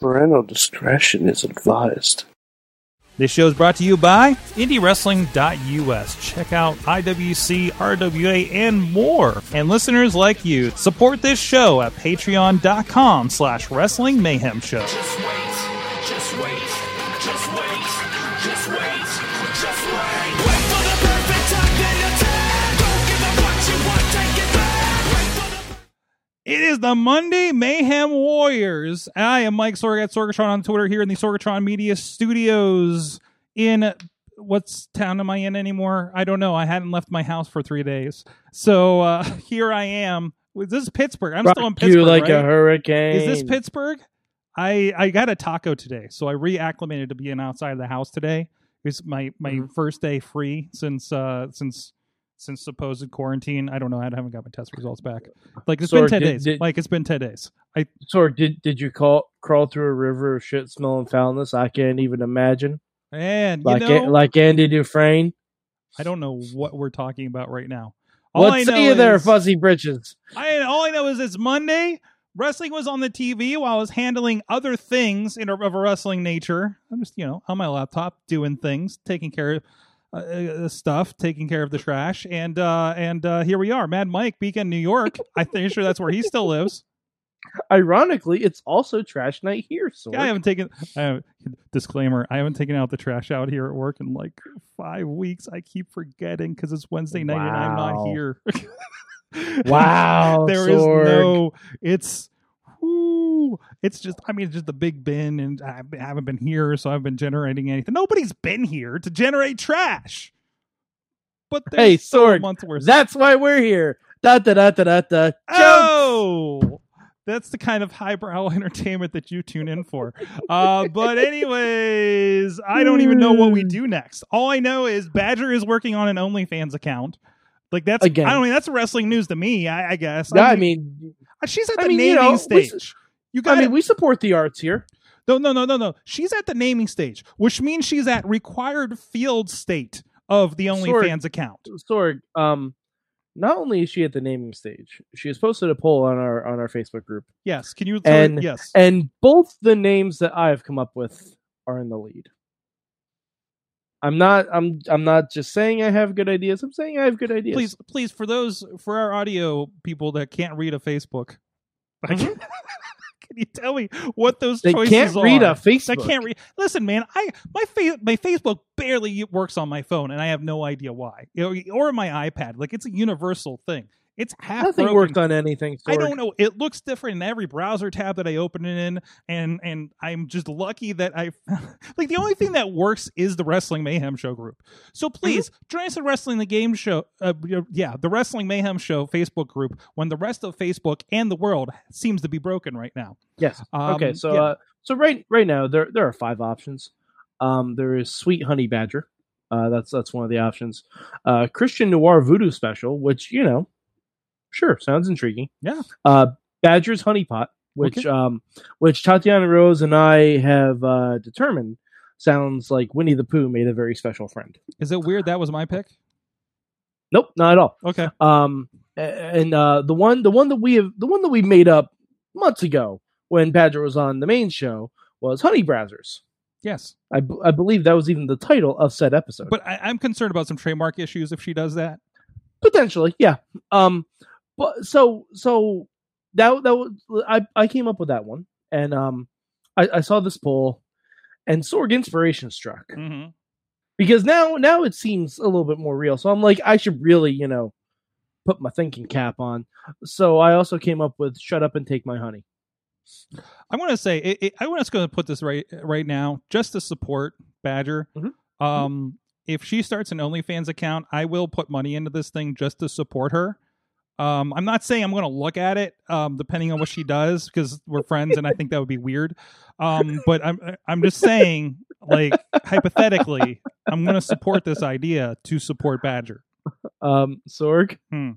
Parental discretion is advised. This show is brought to you by IndieWrestling.us. Check out IWC, RWA, and more. And listeners like you, support this show at patreon.com slash wrestling mayhem show. Just wait, just wait, just wait, just wait, just wait. Wait for the perfect time, then attack. Don't give up what you want, take it back. Wait for the It is the Monday Mayhem Warriors. I am Mike Sorg at Sorgatron on Twitter here in the Sorgatron Media Studios in what's town am I in anymore? I don't know. I hadn't left my house for three days. So uh here I am. This is Pittsburgh. I'm still in Rock Pittsburgh. You like right? a hurricane. Is this Pittsburgh? I I got a taco today, so I reacclimated to being outside of the house today. It's my my Mm-hmm. first day free since uh since since supposed quarantine. I don't know. I haven't got my test results back. Like it's been Sorry, ten did- days. did- like it's been ten days. I Sorg, did did you call, crawl through a river of shit smelling foulness? I can't even imagine. and Like you know A- like Andy Dufresne. I don't know what we're talking about right now. All I Let's know see you there, is- fuzzy britches. I all I know is it's Monday. Wrestling was on the TV while I was handling other things in a, of a wrestling nature. I'm just you know on my laptop doing things, taking care of uh, uh, stuff, taking care of the trash, and uh and uh here we are, Mad Mike, Beacon, New York. I think sure that's where he still lives. Ironically, it's also trash night here. Sorg. Yeah, I haven't taken uh, disclaimer. I haven't taken out the trash out here at work in like five weeks. I keep forgetting because it's Wednesday night and I'm not Wow. here. wow, There is Sorg. no it's whoo, it's just i mean it's just the big bin and i haven't been here so i've been generating anything nobody's been here to generate trash but there's Hey, still a Sorg, month's worth. That's why we're here. Da da da da da da. oh that's the kind of highbrow entertainment that you tune in for uh but anyways i don't even know what Hmm. we do next all i know is badger is working on an onlyfans account like that's Again. i don't mean that's wrestling news to me i, I guess Yeah, I mean, She's at I the mean, you naming know, we stage. s- you got I it. mean, we support the arts here. no, no, no, no, no. She's at the naming stage, which means she's at required field state of the Sorry. OnlyFans account. Sorg, um, not only is she at the naming stage, she has posted a poll on our on our Facebook group, Yes. Can you? And- yes. and both the names that I have come up with are in the lead. I'm not. I'm. I'm not just saying I have good ideas. I'm saying I have good ideas. please, please, for those for our audio people that can't read a Facebook, I can, can you tell me what those Mm-hmm. they choices can't read are? a Facebook. I can't read. Listen, man, I my fa- my Facebook barely works on my phone, and I have no idea why, You know, or my iPad. Like it's a universal thing. It's half Nothing broken. worked on anything. Sorg. I don't know. It looks different in every browser tab that I open it in, and and I'm just lucky that I like the only thing that works is the Wrestling Mayhem Show group. So Mm-hmm. please join us at Wrestling the Game Show. Uh, yeah, the Wrestling Mayhem Show Facebook group. When the rest of Facebook and the world seems to be broken right now. Yes. Um, okay. So, yeah. uh, so right right now there there are five options. Um, there is Sweet Honey Badger. Uh, that's that's one of the options. Uh, Christian Noir Voodoo Special, which you know, sure sounds intriguing. Yeah. Uh, Badger's Honey Pot, which Okay. um, which Tatiana Rose and I have uh, determined sounds like Winnie the Pooh made a very special friend. Is it weird that was my pick? Nope, not at all. Okay. Um, a- and uh, the one, the one that we have, the one that we made up months ago when Badger was on the main show was Honey Brazzers. Yes, I, b- I believe that was even the title of said episode. but I, I'm concerned about some trademark issues if she does that. potentially, yeah. Um, but so so that that was, I I came up with that one, and um, I, I saw this poll, and Sorg inspiration struck Mm-hmm. because now now it seems a little bit more real. So I'm like, I should really you know put my thinking cap on. So I also came up with "Shut Up and Take My Honey." I want to say it, it, I want us going to put this right right now just to support Badger. Mhm. Um, if she starts an OnlyFans account, I will put money into this thing just to support her. Um, I'm not saying I'm going to look at it, um, depending on what she does, because we're friends, and I think that would be weird. Um, but I'm I'm just saying, like hypothetically, I'm going to support this idea to support Badger. Um, Sorg, Hmm.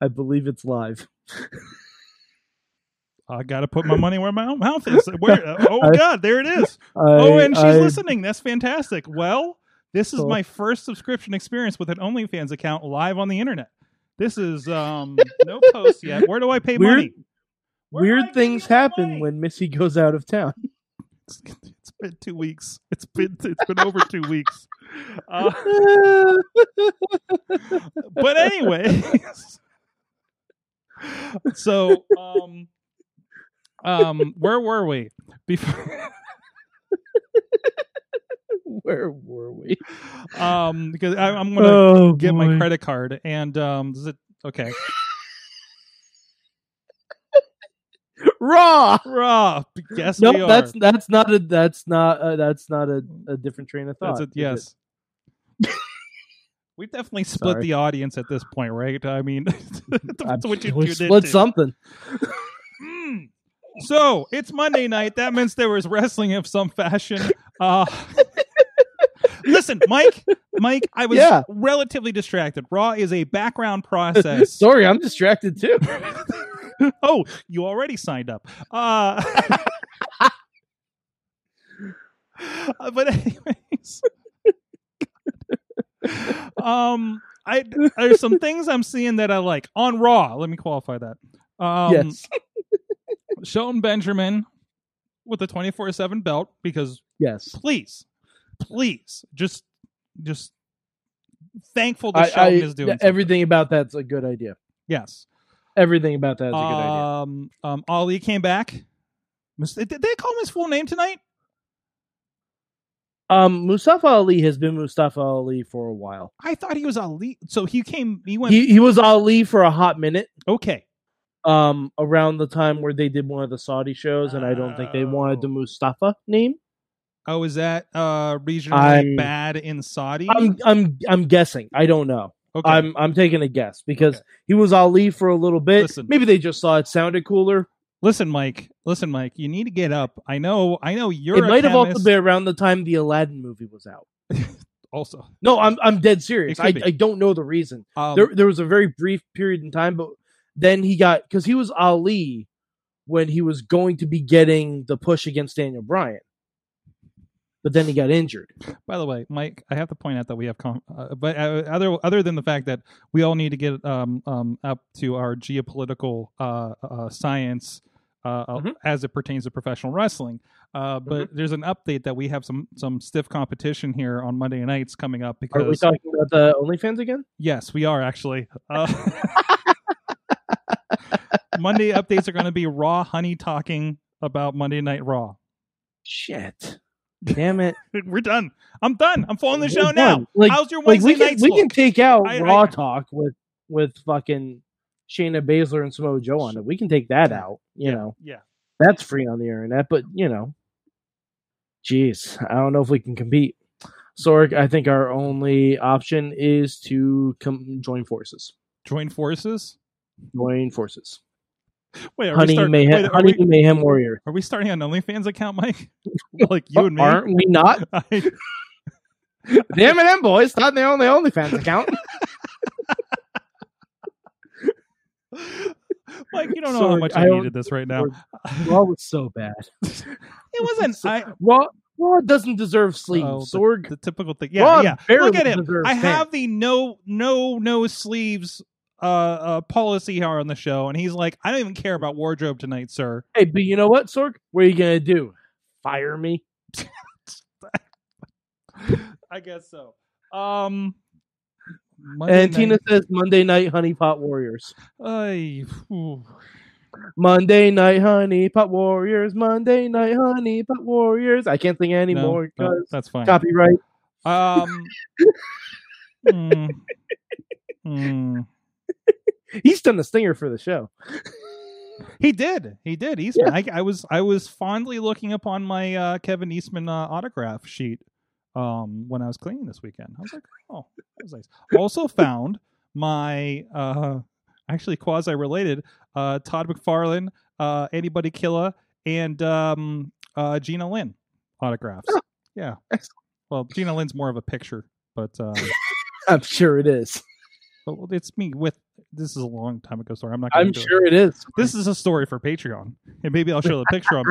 I believe it's live. I got to put my money where my own mouth is. Where, oh I- God, there it is. oh, and she's listening. That's fantastic. Well, this is Cool. my first subscription experience with an OnlyFans account live on the internet. This is um no posts yet. Where do I pay Weird- money? Where do I Weird pay things my happen money? when Missy goes out of town. It's, it's been two weeks. It's been it's been over two weeks. Uh, but anyways, so um, um, where were we before? Where were we? Um, because I, I'm gonna oh, get my boy. credit card and um, does it? Okay, Raw. raw. Yes, No, we are. that's that's not a that's not a, that's not a, a different train of thought. That's it. Yes. is it? We've definitely split Sorry. the audience at this point, right? I mean, that's what you we tuned split into. something. Mm. So it's Monday night. That means there was wrestling of some fashion. Uh, listen, Mike, Mike, I was Yeah. relatively distracted. Raw is a background process. Sorry, I'm distracted too. oh, you already signed up. Uh, Uh, but anyways, um, I there's some things I'm seeing that I like on Raw. Let me qualify that. Um, yes. Shelton Benjamin with the 24 7 belt because Yes. please, please, just, just thankful that I, Shelton I- is doing something. everything about that's a good idea. Yes. Everything about that is a good idea. um, um, Ali came back. Mis- Did they call him his full name tonight? Um, Mustafa Ali has been Mustafa Ali for a while. I thought he was Ali. So he came, he went, He he was Ali for a hot minute. okay. Um, around the time where they did one of the Saudi shows, and I don't think they wanted the Oh. Mustafa name. Oh, is that uh regionally I'm- bad in Saudi? I'm I'm I'm guessing. I don't know. okay. I'm I'm taking a guess because Okay. he was Ali for a little bit. Listen. Maybe they just saw it sounded cooler. listen, Mike. Listen, Mike. You need to get up. I know. I know you're. it a might have also chemist. been around the time the Aladdin movie was out. Also, No, I'm I'm dead serious. It could I, be. I don't know the reason. um, there there was a very brief period in time, but then he got because he was Ali when he was going to be getting the push against Daniel Bryan, but then he got injured. By the way, Mike, I have to point out that we have, com- uh, but uh, other other than the fact that we all need to get um, um, up to our geopolitical uh, uh, science uh, uh, Mhm. as it pertains to professional wrestling. Uh, but Mm-hmm. there's an update that we have some some stiff competition here on Monday nights coming up Are we because talking about the OnlyFans again? yes, we are actually. Uh, Monday updates are going to be raw honey talking about Monday Night Raw. Shit. Damn it! We're done. I'm done. I'm falling the We're show done. now. Like- How's your like Wednesday we can nights we look? can take out I- I- Raw talk with with fucking Shayna Baszler and Samoa Joe on it. We can take that out. You know yeah. that's free on the internet, but you know, jeez, I don't know if we can compete. Sorg, I think our only option is to com- join forces. Join forces. Join forces. Wait, are we Honey start, mayhem, wait, are, honey we, mayhem warrior. are we starting an OnlyFans account, Mike? like you and me? Aren't we not? I, The M&M boys not the only OnlyFans account. Mike, you don't know how Sorry, much I I, don't- needed this right now. it Raw was so bad. wasn't So- I, Raw, Raw doesn't deserve sleep. Oh, Sorg, the typical thing. Yeah, Raw yeah. barely Look at him. deserves I pants. have the no, no, no sleeves uh, uh, policy here on the show, and he's like, I don't even care about wardrobe tonight, sir. Hey, but you know what, Sorg? What are you gonna do? Fire me? I guess so. Um, Monday And Tina says Monday night honey pot warriors. night- Ay, ooh. Monday night honey pot warriors. Monday night honey pot warriors. I can't sing No, anymore no, because that's fine. copyright. Um. mm, mm. He's done a stinger for the show. He did. He did. Eastman. I, I was. I was fondly looking upon my uh, Kevin Eastman uh, autograph sheet um, when I was cleaning this weekend. I was like, oh, that was nice. Also found my uh, actually quasi related uh, Todd McFarlane, uh, Anybody Killa, and um, uh, Gina Lynn autographs. Oh, yeah. excellent. Well, Gina Lynn's more of a picture, but. Uh, I'm sure it is. But well, it's me with this is a long time ago story. I'm not. Gonna I'm do it. sure it is. this is a story for Patreon, and maybe I'll show the picture on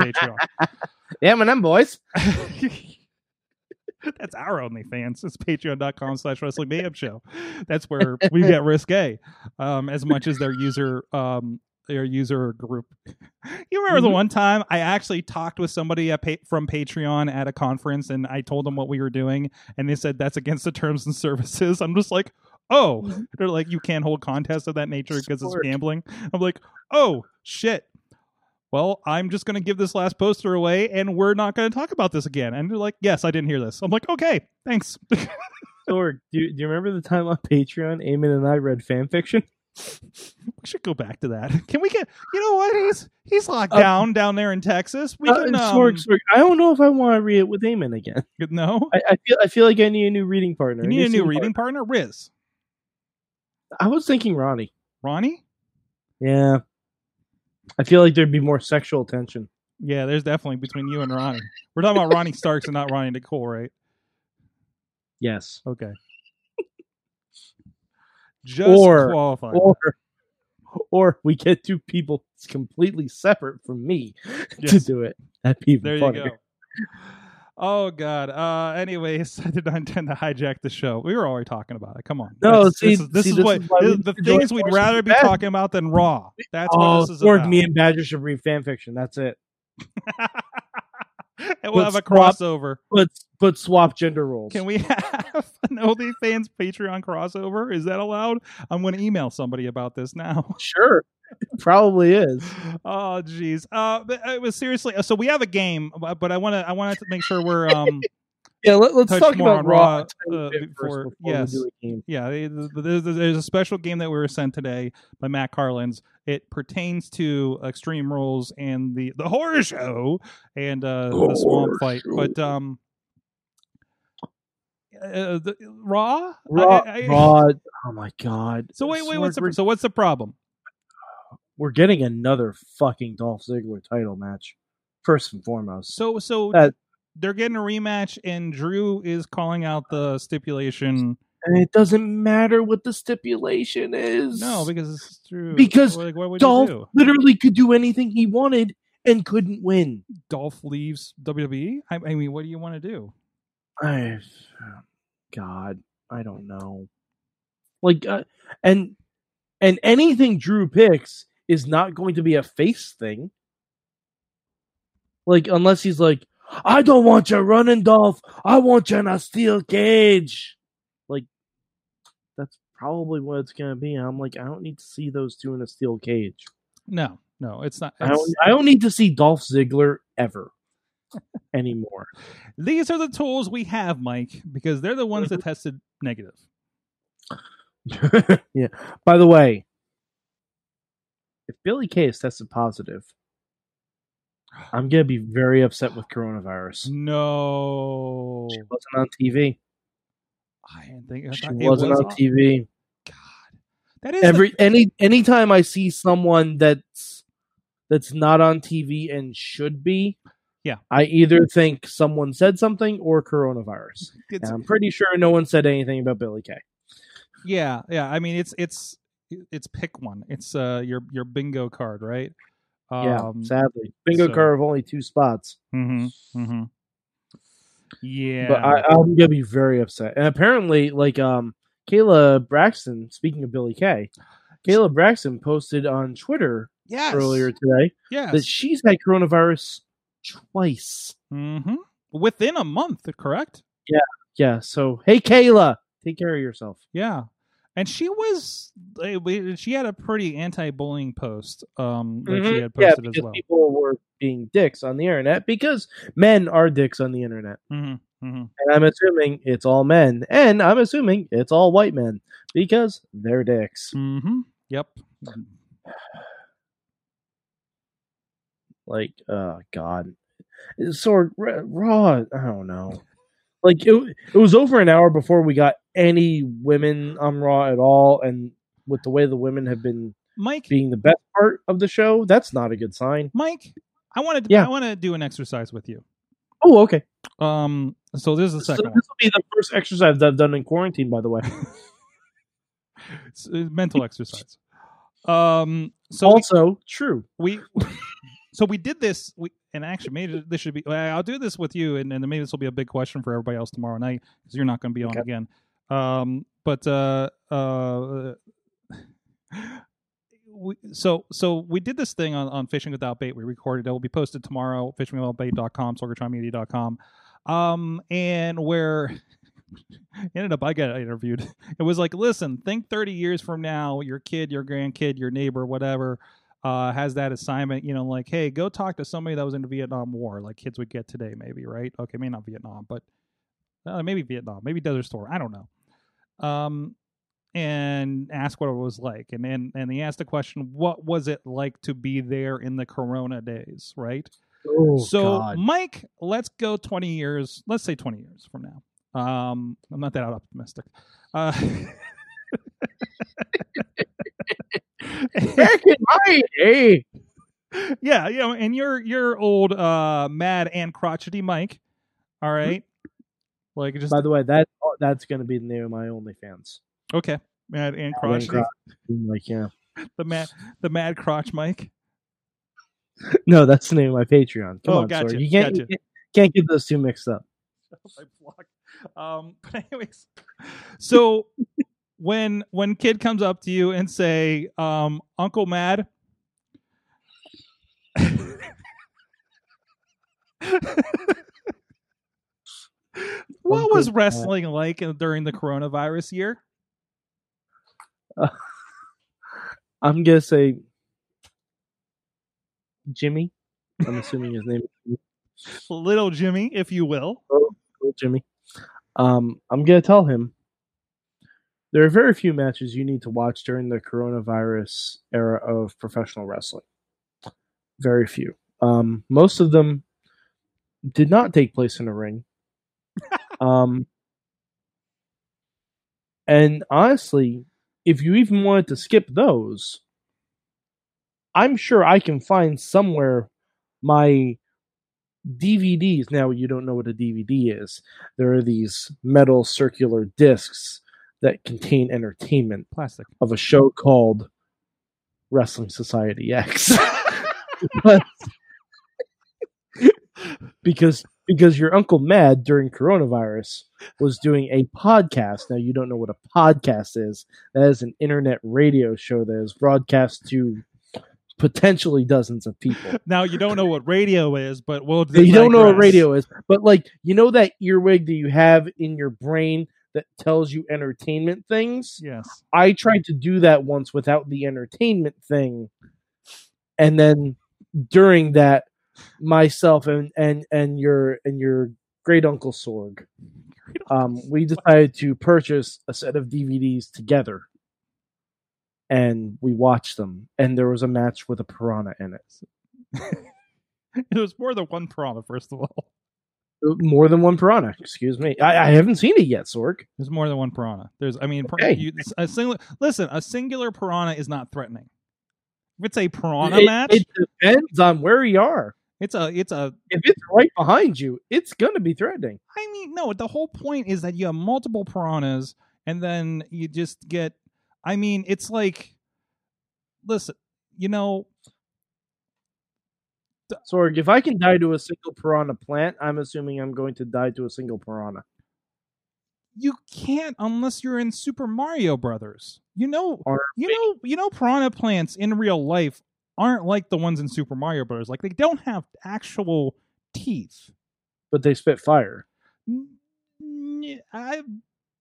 Yeah, man, them boys. Patreon. That's our OnlyFans. It's patreon.com slash wrestling mayhem show. That's where we get risque um, as much as their user um, or user or group. You remember the Mhm. one time I actually talked with somebody at pa- from Patreon at a conference, and I told them what we were doing, and they said that's against the terms and services. I'm just like, oh, they're like, you can't hold contests of that nature because it's Smart. gambling. I'm like, oh shit. Well, I'm just going to give this last poster away, and we're not going to talk about this again. And they're like, yes, I didn't hear this. I'm like, okay, thanks. Sorg, do you, do you remember the time on Patreon, Eamon and I read fan fiction? We should go back to that. Can we get? You know what? He's he's locked Uh, down down there in Texas. We Uh, can. and Um, Sorg, Sorg, I don't know if I want to read it with Eamon again. No, I, I feel I feel like I need a new reading partner. you I need a new some reading partner. Riz, part- I was thinking Ronnie. Ronnie. Yeah, I feel like there'd be more sexual tension. Yeah, there's definitely between you and Ronnie. We're talking about Ronnie Starks and not Ronnie Nicole, right? Yes, Okay. Just Or- qualified. or or we get two people that's completely separate from me to Yes. do it. That'd be even There you funnier. go. Oh God. Uh anyways, I did not intend to hijack the show. We were already talking about it. Come on. No, That's- see- this is, this see, is this what is why this- we the enjoy things we'd Force rather be Bad. talking about than Raw. That's what oh, this is Sorg, about. me and Badger should read fan fiction. That's it. and we'll have a Let's swap- crossover. But but swap gender roles. Can we have an OnlyFans Patreon crossover? Is that allowed? I'm going to email somebody about this now. Sure. It probably is. Oh, jeez. Uh, but it was seriously. So we have a game, but but I want to. I want to make sure we're. Um, Yeah, let, us Touch talk more about on Raw, Raw, a tiny uh, bit first before- before we yes. do a game. yeah, they- th- th- there's, there's a special game that we were sent today by Matt Carlins. It pertains to Extreme Rules and the the horror show and uh, the swamp Horror fight, show. but um. Uh, the, raw, Raw, I- I- Raw. Oh my god. So wait, wait, Sorg, what's the, we're, so what's the problem? we're getting another fucking Dolph Ziggler title match. First and foremost. So so That- they're getting a rematch, and Drew is calling out the stipulation. and it doesn't matter what the stipulation is. No, because it's Drew. Because like, what would you Dolph do? literally could do anything he wanted and couldn't win. Dolph leaves WWE. I, I mean, what do you want to do? I, God, I don't know. Like, uh, and and anything Drew picks is not going to be a face thing. Like, unless he's like, I don't want you running, Dolph. I want you in a steel cage. Like, that's probably what it's gonna be. I'm like, I don't need to see those two in a steel cage. No, no, it's not. I it's- don't, I don't need to see Dolph Ziggler ever anymore. these are the tools we have, Mike, because they're the ones Mm-hmm. that tested negative. yeah. By the way, if Billy Kay is tested positive, I'm gonna be very upset with coronavirus. No, She wasn't on TV. I didn't think I She thought it wasn't was on TV. God, that is the- Every any anytime I see someone that's that's not on TV and should be, Yeah. I either think someone said something or coronavirus. it's- And I'm pretty sure no one said anything about Billy Kay. Yeah, yeah. I mean, it's it's it's pick one. It's uh your your bingo card, right? Um, yeah, sadly, bingo so- curve only two spots. hmm hmm Yeah. But I, I'm gonna be very upset. And apparently, like um, Kayla Braxton. Speaking of Billy Kay, Kayla Braxton posted on Twitter yes. earlier today that Yes. she's had coronavirus twice. hmm Within a month, correct? Yeah. So hey, Kayla, take care of yourself. Yeah. And she was eh, we- she had a pretty anti-bullying post um that she Mhm. had Yeah, posted because as well. people were being dicks on the internet because men are dicks on the internet, hmm hmm and I'm assuming it's all men, and I'm assuming it's all white men because they're dicks. hmm Yep. Like, oh god, Sword Raw. I don't know. Like it, it was over an hour before we got any women on Raw at all, and with the way the women have been Mike being the best part of the show, that's not a good sign. Mike, I wanted to, Yeah. I want to do an exercise with you. Oh, okay. Um so there's the So second this will one. be the first exercise that I've done in quarantine, by the way. It's a mental exercise. Um. So we- also true. we, so we did this. We and actually maybe this should be. well, I'll do this with you, and, and maybe this will be a big question for everybody else tomorrow night because you're not going to be on Okay. again. Um. But uh uh. we, so so we did this thing on, on fishing without bait we recorded it will be posted tomorrow fishingwithoutbait.com sorgatronmedia.com um and where ended up i got interviewed it was like listen think 30 years from now your kid your grandkid your neighbor whatever uh, has that assignment you know like hey go talk to somebody that was in the vietnam war like kids would get today maybe right okay maybe not vietnam but uh, maybe vietnam maybe desert storm i don't know um and ask what it was like and and and they asked the question what was it like to be there in the corona days right Oh, so mike let's go 20 years let's say 20 years from now um i'm not that optimistic uh back in my day, yeah you know and you're you're old uh mad and crotchety mike all right like just By the way, that oh, that's going to be the name of my OnlyFans. okay mad and Alan crotchety Croc. Like, yeah. the mad the mad crotch mike No, that's the name of my Patreon. Come Oh, on, gotcha, Sorg. You can't, gotcha. you can't get those two mixed up. of my block. Um, but anyways, so when when kid comes up to you and say, um, "Uncle Mad," what Uncle was Mad. wrestling like during the coronavirus year? I'm going to say Jimmy. I'm assuming his name is Little Jimmy, if you will. Little Jimmy. Um, I'm going to tell him there are very few matches you need to watch during the coronavirus era of professional wrestling. Very few. Um, most of them did not take place in a ring. um, and honestly, if you even wanted to skip those, I'm sure I can find somewhere my DVDs. Now, you don't know what a DVD is. There are these metal circular discs that contain entertainment Plastic. of a show called Wrestling Society X. Because- because because your uncle Mad during coronavirus was doing a podcast. Now you don't know what a podcast is. That is an internet radio show that is broadcast to potentially dozens of people. Now you don't know what radio is, but we'll. you don't know what digress. radio is, but like you know that earwig that you have in your brain that tells you entertainment things. Yes. I tried to do that once without the entertainment thing, and then during that, myself and and and your and your great uncle Sorg, um, we decided to purchase a set of DVDs together, and we watched them. And there was a match with a piranha in it. It was more than one piranha. First of all, More than one piranha. Excuse me. I, I haven't seen it yet, Sorg. There's more than one piranha. There's, I mean, pir- Okay. you, a singular. Listen, a singular piranha is not threatening. If it's a piranha It- match, it depends on where you are. it's a, it's a. If it's right behind you, it's gonna be threatening. I mean, no. The whole point is that you have multiple piranhas, and then you just get. I mean, it's like, listen, you know, Sorg, if I can die to a single piranha plant, I'm assuming I'm going to die to a single piranha. you can't unless you're in Super Mario Brothers. You know, Or- you know, you know, piranha plants in real life aren't like the ones in Super Mario Brothers. Like they don't have actual teeth. But they spit fire. N- I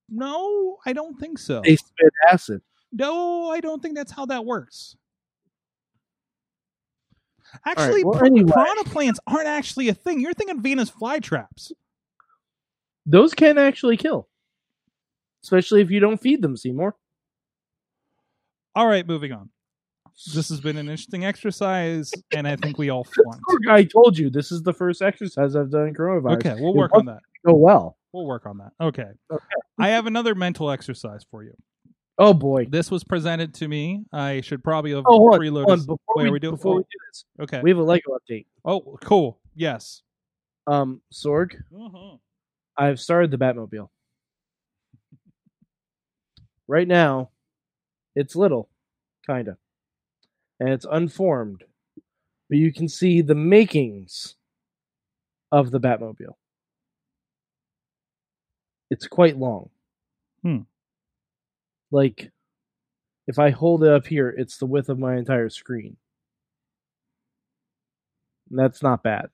no, I don't think so. They spit acid. No, I don't think that's how that works. right, Actually, well, pir- anyway. piranha plants aren't actually a thing. You're thinking Venus flytraps. Those can actually kill. Especially if you don't feed them, Seymour. All right, moving on. This has been an interesting exercise, and I think we all flunked. Sorg, I told you this is the first exercise I've done in coronavirus. Okay, we'll It work on that. wasn't so well. We'll work on that. Okay. Okay. I have another mental exercise for you. Oh boy. This was presented to me. I should probably have Oh, hold on, preloaded. hold on. Before, Wait, we, are we doing- before we oh. do this, Okay. we have a Lego update. Oh, cool. Yes. Um, Sorg, I've started the Batmobile. Right now, it's little, kinda, and it's unformed, but you can see the makings of the Batmobile. It's quite long. Hmm. Like, If I hold it up here, it's the width of my entire screen. And that's not bad.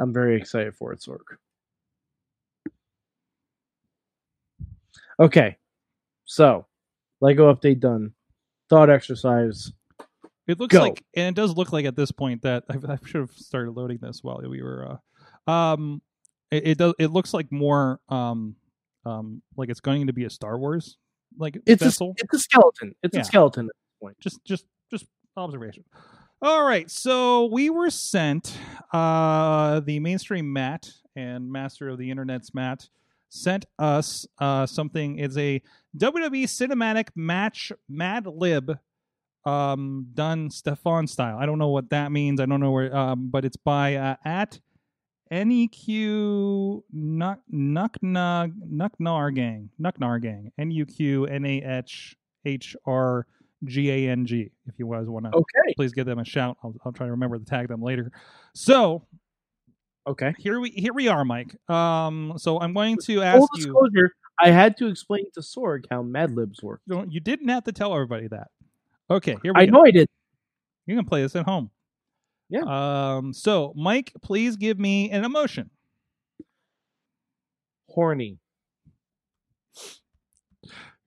I'm very excited for it, Sork. Okay. So, Lego update done. Thought exercise. It looks Go. like, and it does look like at this point that I, I should have started loading this while we were. Uh, um, it, it does. It looks like more. Um, um, like it's going to be a Star Wars like It's a, vessel. it's a skeleton. It's Yeah. a skeleton. just, just, just observation. All right, so we were sent uh the mainstream Matt and master of the internet's Matt sent us uh something. It's a WWE cinematic match Mad Lib um done Stefan style. I don't know what that means. I don't know where um but it's by uh, at NEQ Nuck Nuckna Nucknar Gang. Nucknar Gang. N U Q N A H H R G A N G if you guys want to Okay. please give them a shout. I'll, I'll try to remember to tag them later. So Okay. here we here we are, Mike. Um, so I'm going to ask Full you. disclosure, I had to explain to Sorg how Mad Libs work. no, You didn't have to tell everybody that. Okay, here we I go. know I did. You can play this at home. Yeah. Um. So Mike, please give me an emotion. Horny.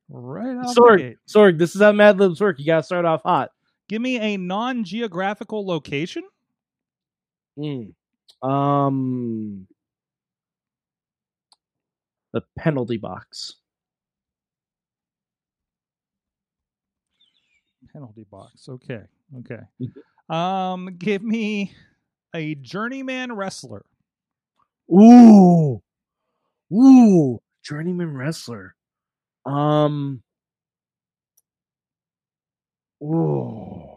Right off the Sorg, gate. Sorg, this is how Mad Libs work. You gotta start off hot. Give me a non-geographical location. Mm. Um, the penalty box. Penalty box. Okay. Okay. Mm-hmm. um. Give me a journeyman wrestler. Ooh, ooh, journeyman wrestler. Um, ooh,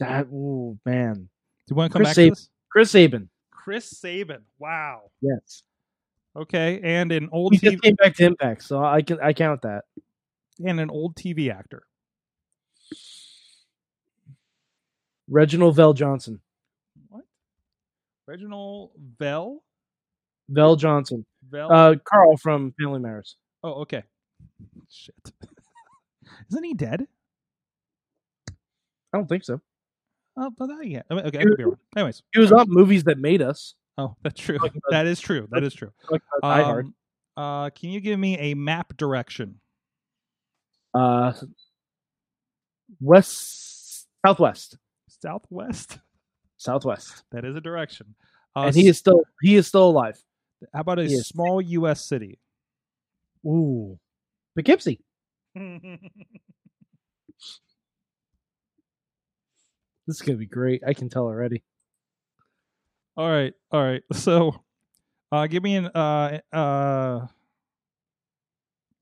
that ooh man, Do you want to come Chris back Sabin. to this? Chris Saban. Chris Saban. Wow. Yes, Okay, and an old we just TV came back to Impact, so I can I count that. and an old TV actor. Reginald Vell Johnson. What? Reginald Vell? Vell Johnson. Vell? Uh, Carl from Family Matters. oh, okay. Shit. Isn't he dead? I don't think so. Oh, but that, yeah. I mean, Okay, I could be wrong. Anyways, He was on movies that made us. oh, that's true. Talking about- That is true. That is true. Like uh, Die Hard. Um, uh, can you give me a map direction? Uh, west, southwest, Southwest. southwest, That is a direction. Uh, and he s- is still he is still alive. how about a he is- small U.S. city? Ooh, Poughkeepsie. This is gonna be great. I can tell already. All right, all right. So, uh, give me an uh uh,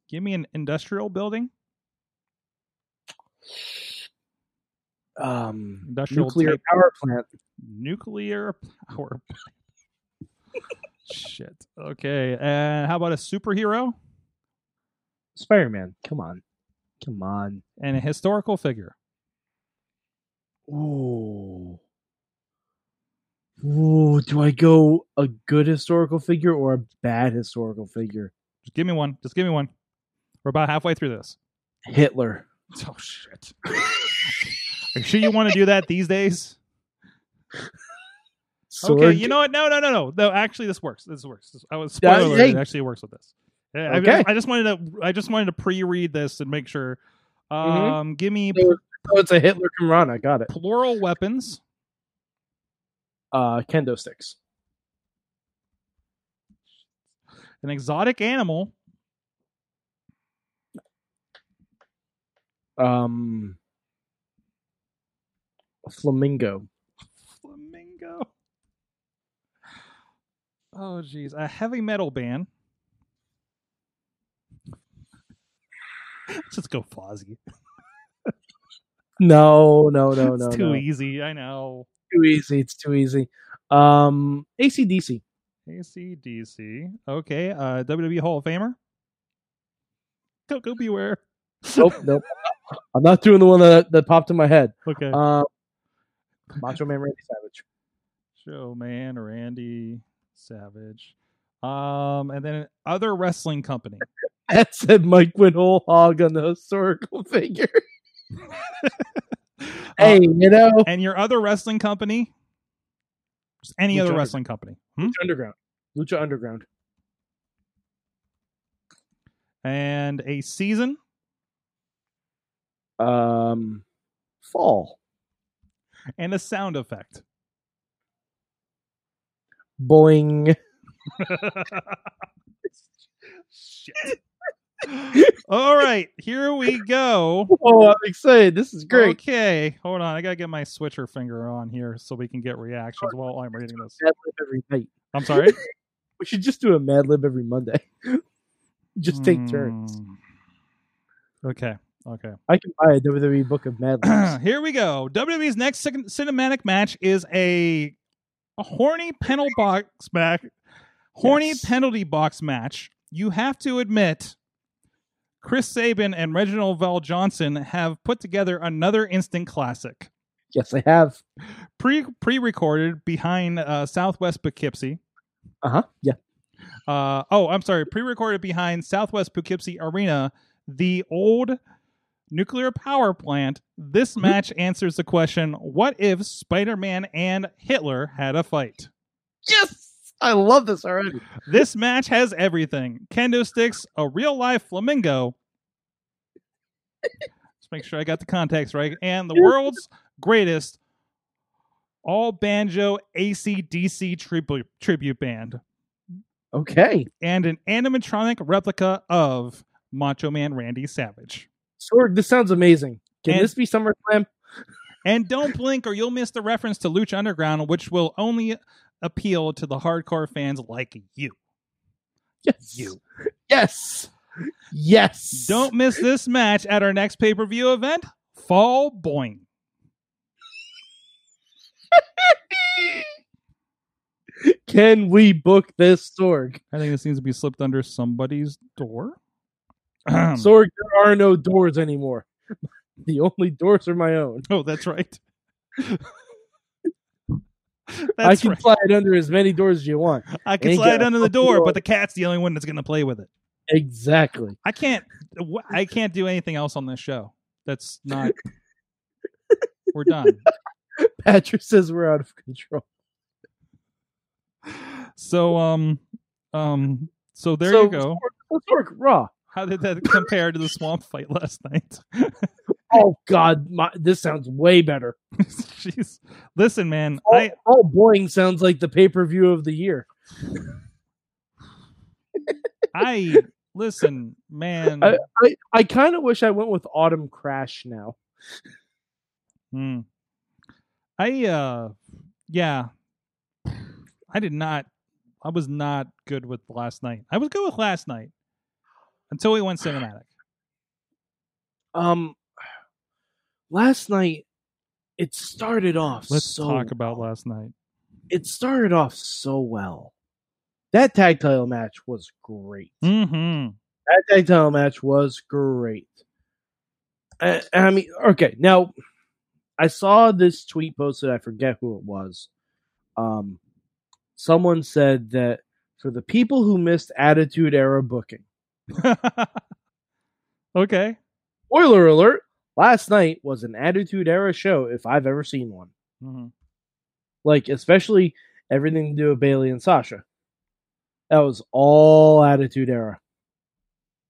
give me an industrial building, Um, Industrial nuclear type. power plant. nuclear power. plant. Shit. Okay. And how about a superhero Spider Man. Come on, come on. and a historical figure? Ooh. Ooh, do I go a good historical figure or a bad historical figure? Just give me one. Just give me one. We're about halfway through this. Hitler. Oh shit. Are you sure you want to do that these days? Okay, Sorg. you know what? No, no, no, no, no. Actually, this works. This works. This- I was Yeah, spoiler alert, hey. It actually works with this. Yeah, I- Okay. I, just wanted to. I just wanted to pre-read this and make sure. Um, give me Mm-hmm. So- Oh, it's a Hitler Kamrana. Got it. plural weapons. Uh, kendo sticks. An exotic animal. Um, a flamingo. Flamingo. Oh jeez, a heavy metal band. Let's just go Fozzy. No, no, no, no. it's too no. easy. I know. too easy. It's too easy. Um, ACDC. ACDC. Okay. Uh, WWE Hall of Famer. Coco Beware. Nope, nope. I'm not doing the one that, that popped in my head. Okay. Um, Macho Man Randy Savage. Show man Randy Savage. Um, and then other wrestling company. That said, Mike went whole hog on the historical figure. hey, Uh, you know, and your other wrestling company? Just any Which other other- wrestling company. Hmm? Lucha Underground, Lucha Underground, And a season? um, Fall, and a sound effect. Boing. Shit. All right, here we go. Oh, I'm excited. This is great. Okay, hold on. I gotta get my switcher finger on here so we can get reactions while I'm reading this. Mad Lib every night. I'm sorry. We should just do a Mad Lib every Monday. just take turns. Hmm. Okay. Okay. I can buy a WWE book of Mad Libs. Here we go. WWE's next cin- cinematic match is a, a horny penalty box match. Horny Yes. penalty box match. You have to admit, Chris Sabin and Reginald Val Johnson have put together another instant classic, yes, I have. pre pre recorded behind uh, Southwest Poughkeepsie. Uh huh. Yeah. Uh, oh, I'm sorry, pre recorded behind Southwest Poughkeepsie Arena, the old nuclear power plant. This match answers the question what if Spider Man and Hitler had a fight? Yes, I love this already. This match has everything kendo sticks, a real life flamingo. Let's make sure I got the context right. And the world's greatest all banjo ACDC tribute, tribute band. Okay, and an animatronic replica of Macho Man Randy Savage. Sorg, this sounds amazing. Can And- this be SummerSlam? And don't blink or you'll miss the reference to Lucha Underground, which will only appeal to the hardcore fans like you. Yes. You. Yes. Yes. Don't miss this match at our next pay per view event, Fall Boing. Can we book this Sorg? I think this needs to be slipped under somebody's door. Sorg, there are no doors anymore. The only doors are my own. oh, that's right. I that's can right. slide under as many doors as you want. I can ain't slide got under the a door, door. but the cat's the only one that's going to play with it. Exactly. I can't. wh- I can't do anything else on this show. That's not. We're done. Patrick says we're out of control. So um um so there So, you go. Sorg, Sorg, Raw. How did that compare to the swamp fight last night? Oh God, my, this sounds way better. Jeez. Listen, man. All, I all boing sounds like the pay per view of the year. I listen, man. I, I kind of wish I went with Autumn Crash now. Hmm. I uh yeah. I did not I was not good with last night. I was good with last night until we went cinematic. Um, last night it started off. Let's so talk about last night. It started off so well. That tag title match was great. Mm-hmm. That tag title match was great. I, I mean, okay. Now, I saw this tweet posted. I forget who it was. Um, someone said that for the people who missed Attitude Era booking. okay. Spoiler alert! Last night was an Attitude Era show, if I've ever seen one. hmm Like, especially everything to do with Bailey and Sasha. That was all Attitude Era.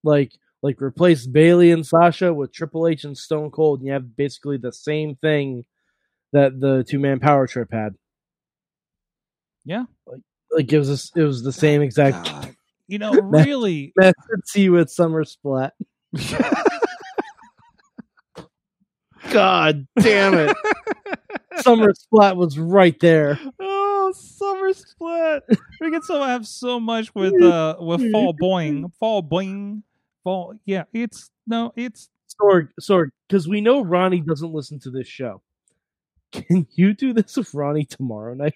Like, like replace Bailey and Sasha with Triple H and Stone Cold, and you have basically the same thing that the two man power trip had. Yeah. Like, like it was us it was the same exact You know, really, method see with Summer Splat. God damn it. Summer Splat was right there. oh, summer split. We can so have so much with uh with fall boing, fall boing, fall. Yeah, it's no, it's Sorg, Sorg, because we know Ronnie doesn't listen to this show. Can you do this with Ronnie tomorrow night?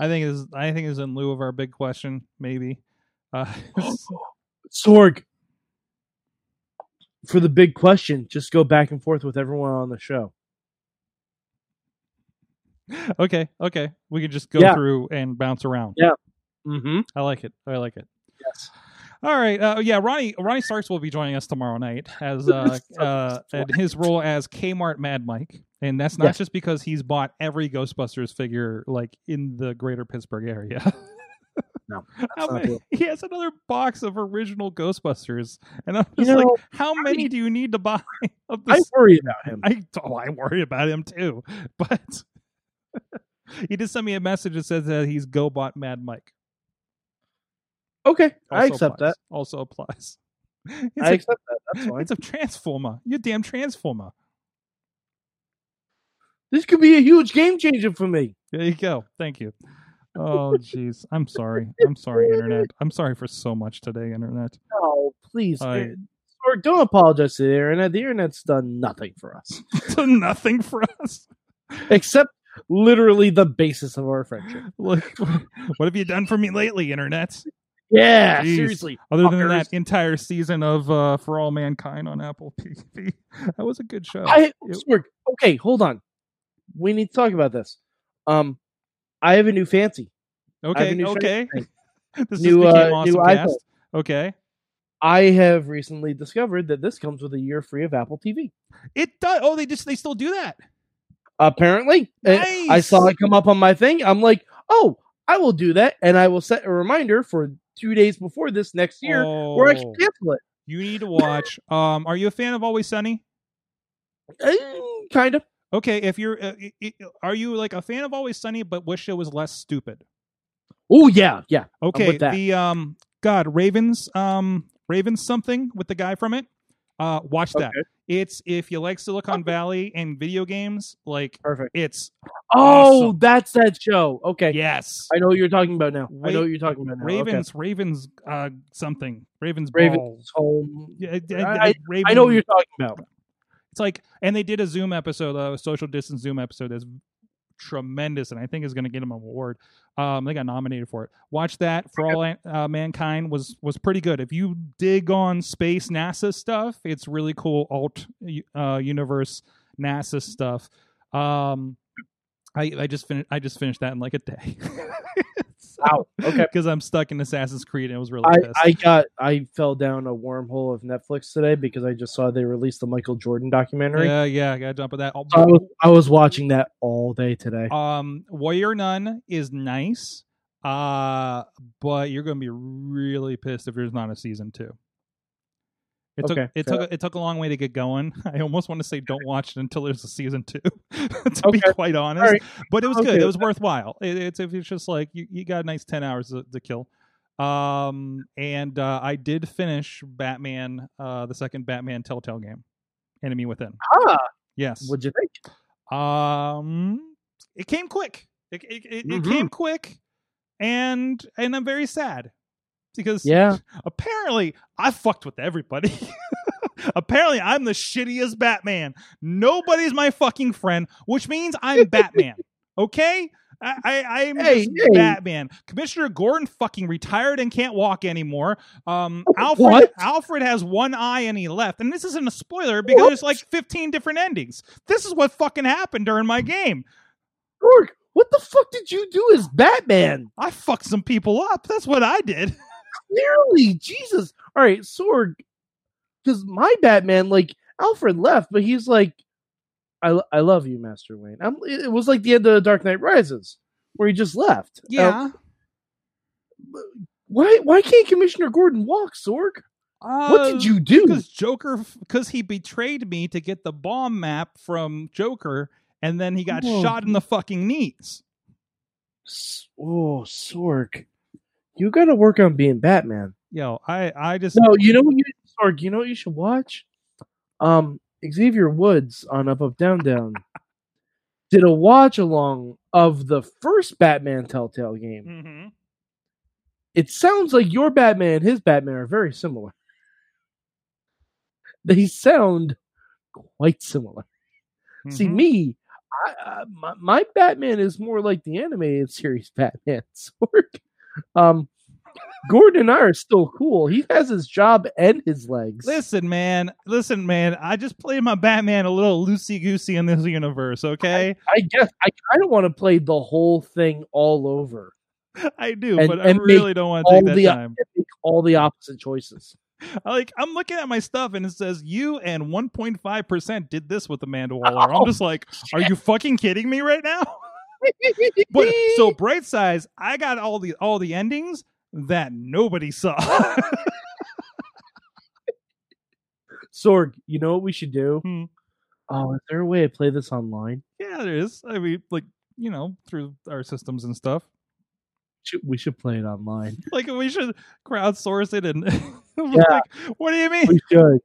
I think is I think is in lieu of our big question, maybe. Uh, Sorg, for the big question, just go back and forth with everyone on the show. okay, okay, we can just go Yeah. through and bounce around. Mm-hmm. I like it. I like it. Yes. All right. Uh, yeah, Ronnie Ronnie Starks will be joining us tomorrow night as uh, uh, in his role as Kmart Mad Mike, and that's not Yes. just because he's bought every Ghostbusters figure like in the greater Pittsburgh area. No, how not many, it. he has another box of original Ghostbusters, and I'm You just like, know, how many do you need to buy of I this? worry about him. I, oh, I worry about him too, but he just sent me a message that says that he's GoBot Mad Mike. Okay, I Also accept applies. that. Also applies. It's I a- accept that. That's fine. It's a transformer. You damn transformer. This could be a huge game changer for me. There you go. Thank you. Oh jeez. I'm sorry. I'm sorry, internet. I'm sorry for so much today, internet. Oh, please. I- eh, Or don't apologize to the internet. The internet's done nothing for us To nothing for us. except literally the basis of our friendship. Look, what have you done for me lately, internet? Yeah, Jeez. seriously. Other than Fuckers. that entire season of uh, For All Mankind on Apple TV, that was a good show. I It- Sorg, okay, hold on. We need to talk about this. Um, I have a new fancy. I have a okay, new shirt okay. This New, is became uh, awesome new cast. iPhone. Okay, I have recently discovered that this comes with a year free of Apple TV. it does. Oh, they just they still do that. Apparently, Eh, I Nice. saw it come up on my thing. I'm like, oh, I will do that, and I will set a reminder for two days before this next year, where I can Oh. cancel it. You need to watch. um, are you a fan of Always Sunny? Eh, kind of. Okay, if you're, uh, i- i- are you like a fan of Always Sunny, but wish it was less stupid? Oh yeah, yeah. Okay, with that. the um, God, Ravens, um, Ravens something with the guy from it. Uh, watch that. Okay. It's if you like Silicon Valley and video games, like Perfect. it's Oh, Awesome. that's that show. Okay. yes, I know what you're talking about now. I Wait, know what you're talking about now. Okay. Ravens, Ravens, uh, something, Ravens, Ball. Ravens home. Yeah, I, I- I know what you're talking about. It's like, and they did a Zoom episode, a social distance Zoom episode that's tremendous, and I think is going to get them an award. Um, they got nominated for it. Watch that. For all uh, mankind was was pretty good. If you dig on space NASA stuff, it's really cool alt uh, universe NASA stuff. Um, I I just finished I just finished that in like a day. Wow. Okay. Because I'm stuck in Assassin's Creed and it was really I, pissed. I got I fell down a wormhole of Netflix today because I just saw they released the Michael Jordan documentary. yeah, yeah, I gotta jump on that. Oh, So I was I was watching that all day today. Um, Warrior Nun is nice, uh, but you're going to be really pissed if there's not a season two. It took Okay, it fair. took it took a long way to get going. I almost want to say don't watch it until there's a season two, to be Okay. quite honest. All right. But it was Okay. good. It was worthwhile. It, it's if it's just like you, you got a nice ten hours to, to kill. Um, and uh, I did finish Batman, uh, the second Batman Telltale game, Enemy Within. Ah, Yes. what'd you think? Um, it came quick. It it, it, it Mhm. came quick, and and I'm very sad because Yeah. apparently I fucked with everybody. apparently I'm the shittiest Batman. Nobody's my fucking friend, which means I'm Batman. Okay. I, I, I'm Hey, just hey. Batman. Commissioner Gordon fucking retired and can't walk anymore. Um, Alfred What? Alfred has one eye and he left. And this isn't a spoiler because there's like 15 different endings. This is what fucking happened during my game. Gorg, what the fuck did you do as Batman? I fucked some people up. That's what I did. Clearly, Jesus. All right, Sorg. Because my Batman, like Alfred left, but he's like, I, lo- I love you, Master Wayne. I'm, it it was like the end of Dark Knight Rises, where he just left. Uh, why why can't Commissioner Gordon walk, Sorg? Oh, What Uh, did you do? because Joker because he betrayed me to get the bomb map from Joker, and then he got Whoa. shot in the fucking knees. S- Oh, Sorg, you got to work on being Batman. Yo, I I just No, you know what you Sorg, you know what you should watch? Um, Xavier Woods on Up Up Down Down did a watch along of the first Batman Telltale game. Mhm. It sounds like your Batman and his Batman are very similar. They sound quite similar. See Mhm. me, I, uh, my, my Batman is more like the animated series Batman. Sorg. um, Gordon and I are still cool. He has his job and his legs. Listen, man. Listen, man. I just played my Batman a little loosey goosey in this universe, okay? I guess I kind of want to play the whole thing all over, I do, And- but I and make really don't want to all take that the- time. and make all the opposite choices. Like I'm looking at my stuff and it says you and 1.5 percent did this with Amanda Waller. I'm Oh, just like, are you fucking kidding me right now? But so bright size, I got all the all the endings that nobody saw. Sorg, you know what we should do? Hmm. Oh, is there a way to play this online? yeah, there is. I mean, like you know, through our systems and stuff. Should- We should play it online. Like we should crowdsource it and. Yeah. Like, what do you mean? we should.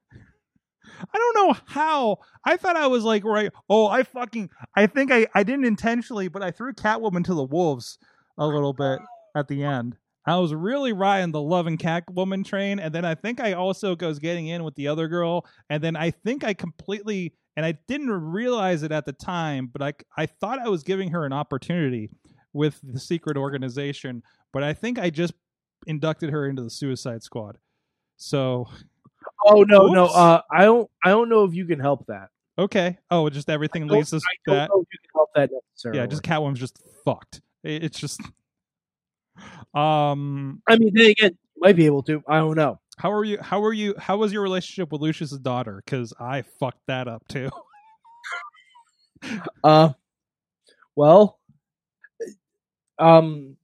I don't know how. I thought I was like, right. Oh, I fucking. I think I, I didn't intentionally, but I threw Catwoman to the wolves a little bit at the end. I was really riding the love and Catwoman train, and then I think I also goes getting in with the other girl, and then I think I completely and I didn't realize it at the time, but I I thought I was giving her an opportunity with the secret organization, but I think I just inducted her into the Suicide Squad. So Oh no, no. Oops. Uh, I don't. I don't know if you can help that. okay, oh, just everything don't- leads to I don't that. know if you can help that necessarily. Yeah, just Catwoman's just fucked. It- It's just. Um, I mean, then again, you might be able to. I don't know. how are you? How are you? How was your relationship with Lucius's daughter? Because I fucked that up too. Uh, well, um,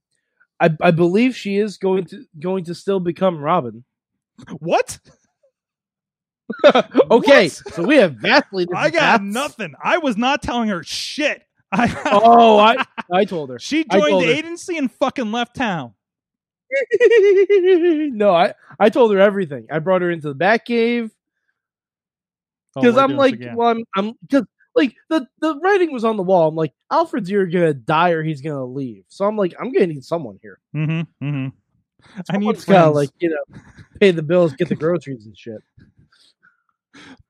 I I believe she is going to going to still become Robin. What? okay, What? so we have vastly. Different I got paths. nothing. I was not telling her shit. I Oh, I I told her. she I joined told the her. agency and fucking left town. no, I I told her everything. I brought her into the back cave Oh, because we're I'm doing this like, again. well, I'm I'm because like the the writing was on the wall. I'm like, Alfred's either gonna die or he's gonna leave. So I'm like, I'm gonna need someone here. Mhm, mhm. I need Someone's gotta friends. like you know pay the bills, get the groceries and shit.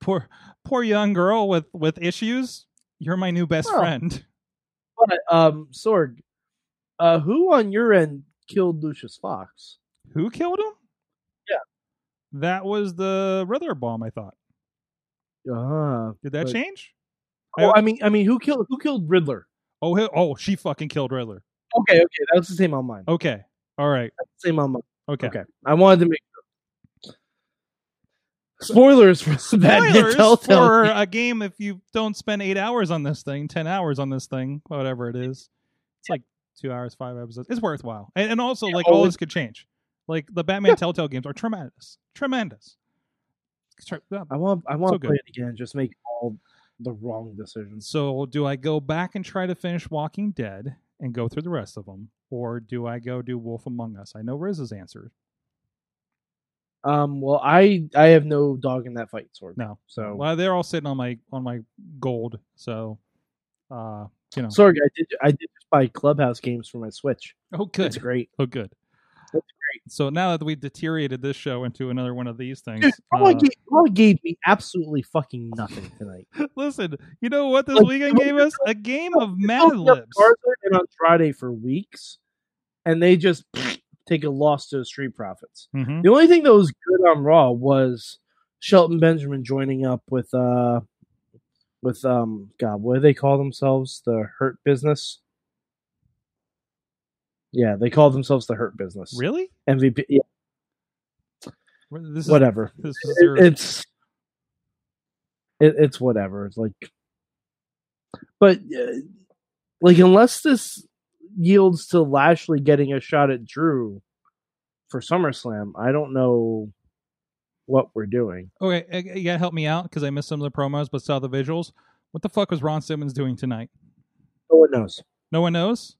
poor, poor young girl with with issues. You're my new best Well, friend. But um, Sorg, uh, who on your end killed Lucius Fox? Who killed him? Yeah. That was the Riddler bomb, I thought. Uh, Did that But- change? oh, I mean, I mean, who killed who killed Riddler? Oh, he- oh, she fucking killed Riddler. Okay, okay, that was the same on mine. Okay. All right. Same on mine. Okay. Okay. I wanted to make sure. Spoilers for some bad Spoilers Telltale. for a game if you don't spend eight hours on this thing, ten hours on this thing, whatever it is. It's like two hours, five episodes. It's worthwhile. And, and also, like, all always- this could change. Like, the Batman Telltale games are tremendous. Tremendous. Tre- yeah. I want I want So to good. play it again. Just make all the wrong decisions. So, do I go back and try to finish Walking Dead and go through the rest of them? Or do I go do Wolf Among Us? I know Riz's answer. Um. Well, I I have no dog in that fight, sword. No. So Well, they're all sitting on my on my gold. So, uh, you know. Sorg, I did I did just buy Clubhouse games for my Switch. oh, It's good. great. Oh, good. That's So now that we've deteriorated this show into another one of these things, Dude, oh Paula, uh, gave, Paula gave me absolutely fucking nothing tonight. listen, you know what this Like, weekend don't gave you us? A game of I've Mad been on Libs. Tarzan and on Friday for weeks, and they just take a loss to the Street Profits. Mhm. The only thing that was good on Raw was Shelton Benjamin joining up with uh with um God, what do they call themselves? The Hurt Business. Yeah, they call themselves the Hurt Business. Really? MVP, yeah, This is, whatever. This is your, It, it's it, it's whatever. It's like, but uh, like unless this yields to Lashley getting a shot at Drew for SummerSlam, I don't know what we're doing. Okay, uh, you gotta help me out because I missed some of the promos but saw the visuals. What the fuck was Ron Simmons doing tonight? No one knows. No one knows.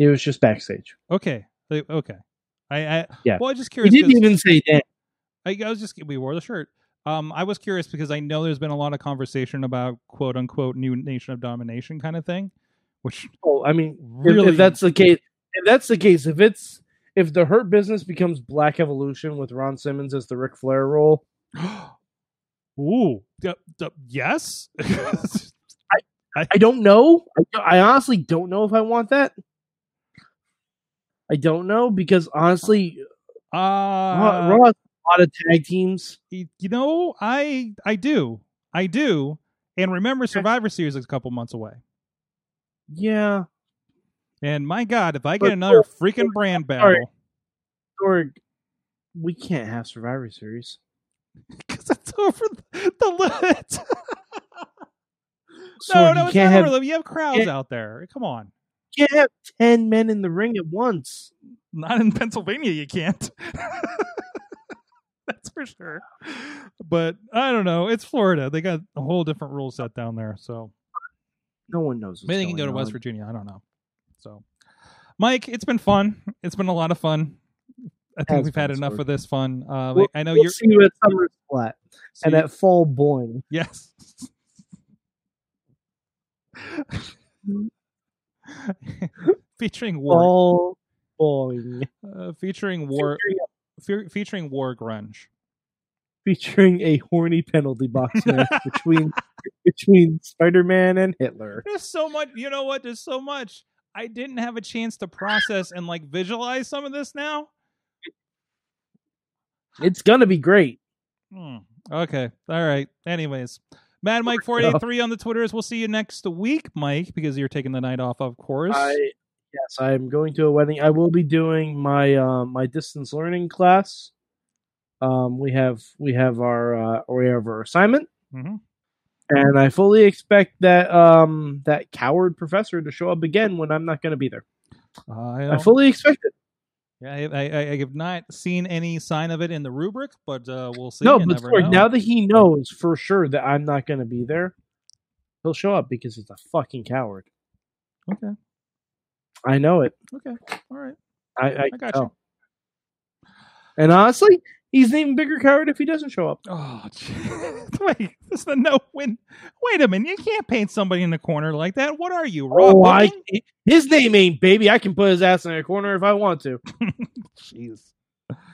It was just backstage. Okay, They- okay. I, I Yeah. Well, I just He curious. didn't 'cause even say that. I, I was just we wore the shirt. Um, I was curious because I know there's been a lot of conversation about quote unquote new nation of domination kind of thing, which Oh, I mean, if- really if that's the case, if that's the case, if it's if the Hurt Business becomes Black Evolution with Ron Simmons as the Ric Flair role, Ooh, d- d- yes. I don't know. I, don't- I honestly don't know if I want that. I don't know because honestly, uh, Raw, Raw has a lot of tag teams. y- you know, I I do, I do, and remember Survivor Series is a couple months away. Yeah, And my God, if I get But- oh, another freaking brand battle, sorry. Sorg, we can't have Survivor Series. because it's over the, the limit. no, Sorg, no, you it's can't not have over the limit. You have crowds can't- out there. Come on. you can't have ten men in the ring at once. Not in Pennsylvania, you can't. That's for sure. But I don't know. It's Florida. They got a whole different rule set down there. So No one knows. What's maybe they can go going to West on. Virginia. I don't know. So, Mike, it's been fun. It's been a lot of fun. I think Has we've had been, enough Sword. of this fun. Uh, We'll- I know we'll you're. see you at Summer Flat and see- at Fall Boing. Yes. featuring war, Fall Boing. uh, featuring war, Featuring a- fe- featuring war grunge. Featuring a horny penalty box match between between Spider Man and Hitler. There's so much. You know what? There's so much. I didn't have a chance to process and like visualize some of this now. It's gonna be great. Hmm. Okay. All right. Anyways, Mad Mike four eight three on the Twitters. We'll see you next week, Mike, because you're taking the night off, of course. I yes, I'm going to a wedding. I will be doing my um my distance learning class. Um, we have we have our uh, we have our assignment, Mhm. and I fully expect that um that coward professor to show up again when I'm not going to be there. Uh, I I don't- fully expect it. Yeah, I, I, I I have not seen any sign of it in the rubric, but uh, we'll see. no, You but never Sorg, know. now that he knows for sure that I'm not going to be there, he'll show up because he's a fucking coward. Okay. I know it. Okay. All right. I I, I got know. you. And honestly, he's an even bigger coward if he doesn't show up. Oh, gee. wait. This is the no win. Wait a minute. You can't paint somebody in the corner like that. What are you, Rob? Oh, I, Hogan? his name ain't baby. I can put his ass in a corner if I want to. Jeez.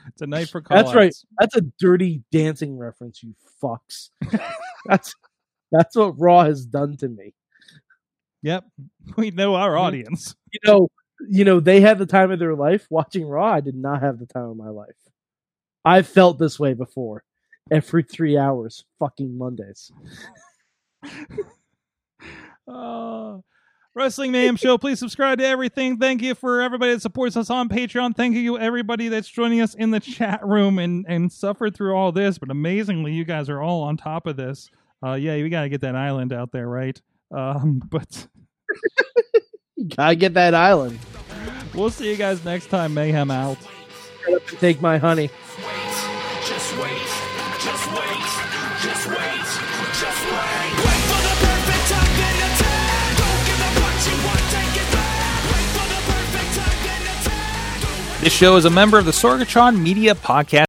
It's a night for call That's right. That's a dirty dancing reference, you fucks. that's that's what Raw has done to me. Yep. We know our Mhm. audience. You know, you know, they had the time of their life watching Raw. I did not have the time of my life. I felt this way before. Every three hours, fucking Mondays. Uh, Wrestling Mayhem Show, please subscribe to everything. Thank you for everybody that supports us on Patreon. Thank you, everybody that's joining us in the chat room and, and suffered through all this. But amazingly, you guys are all on top of this. Uh, yeah, we got to get that island out there, right? Um, but You gotta get that island. we'll see you guys next time. Mayhem out. Shut up and take my honey. wait, just wait, just wait, just wait, just wait. Wait for the perfect time then attack. Don't give up what you want, take it back. Wait for the perfect time then attack. Don't This show is a member of the Sorgatron Media Podcast.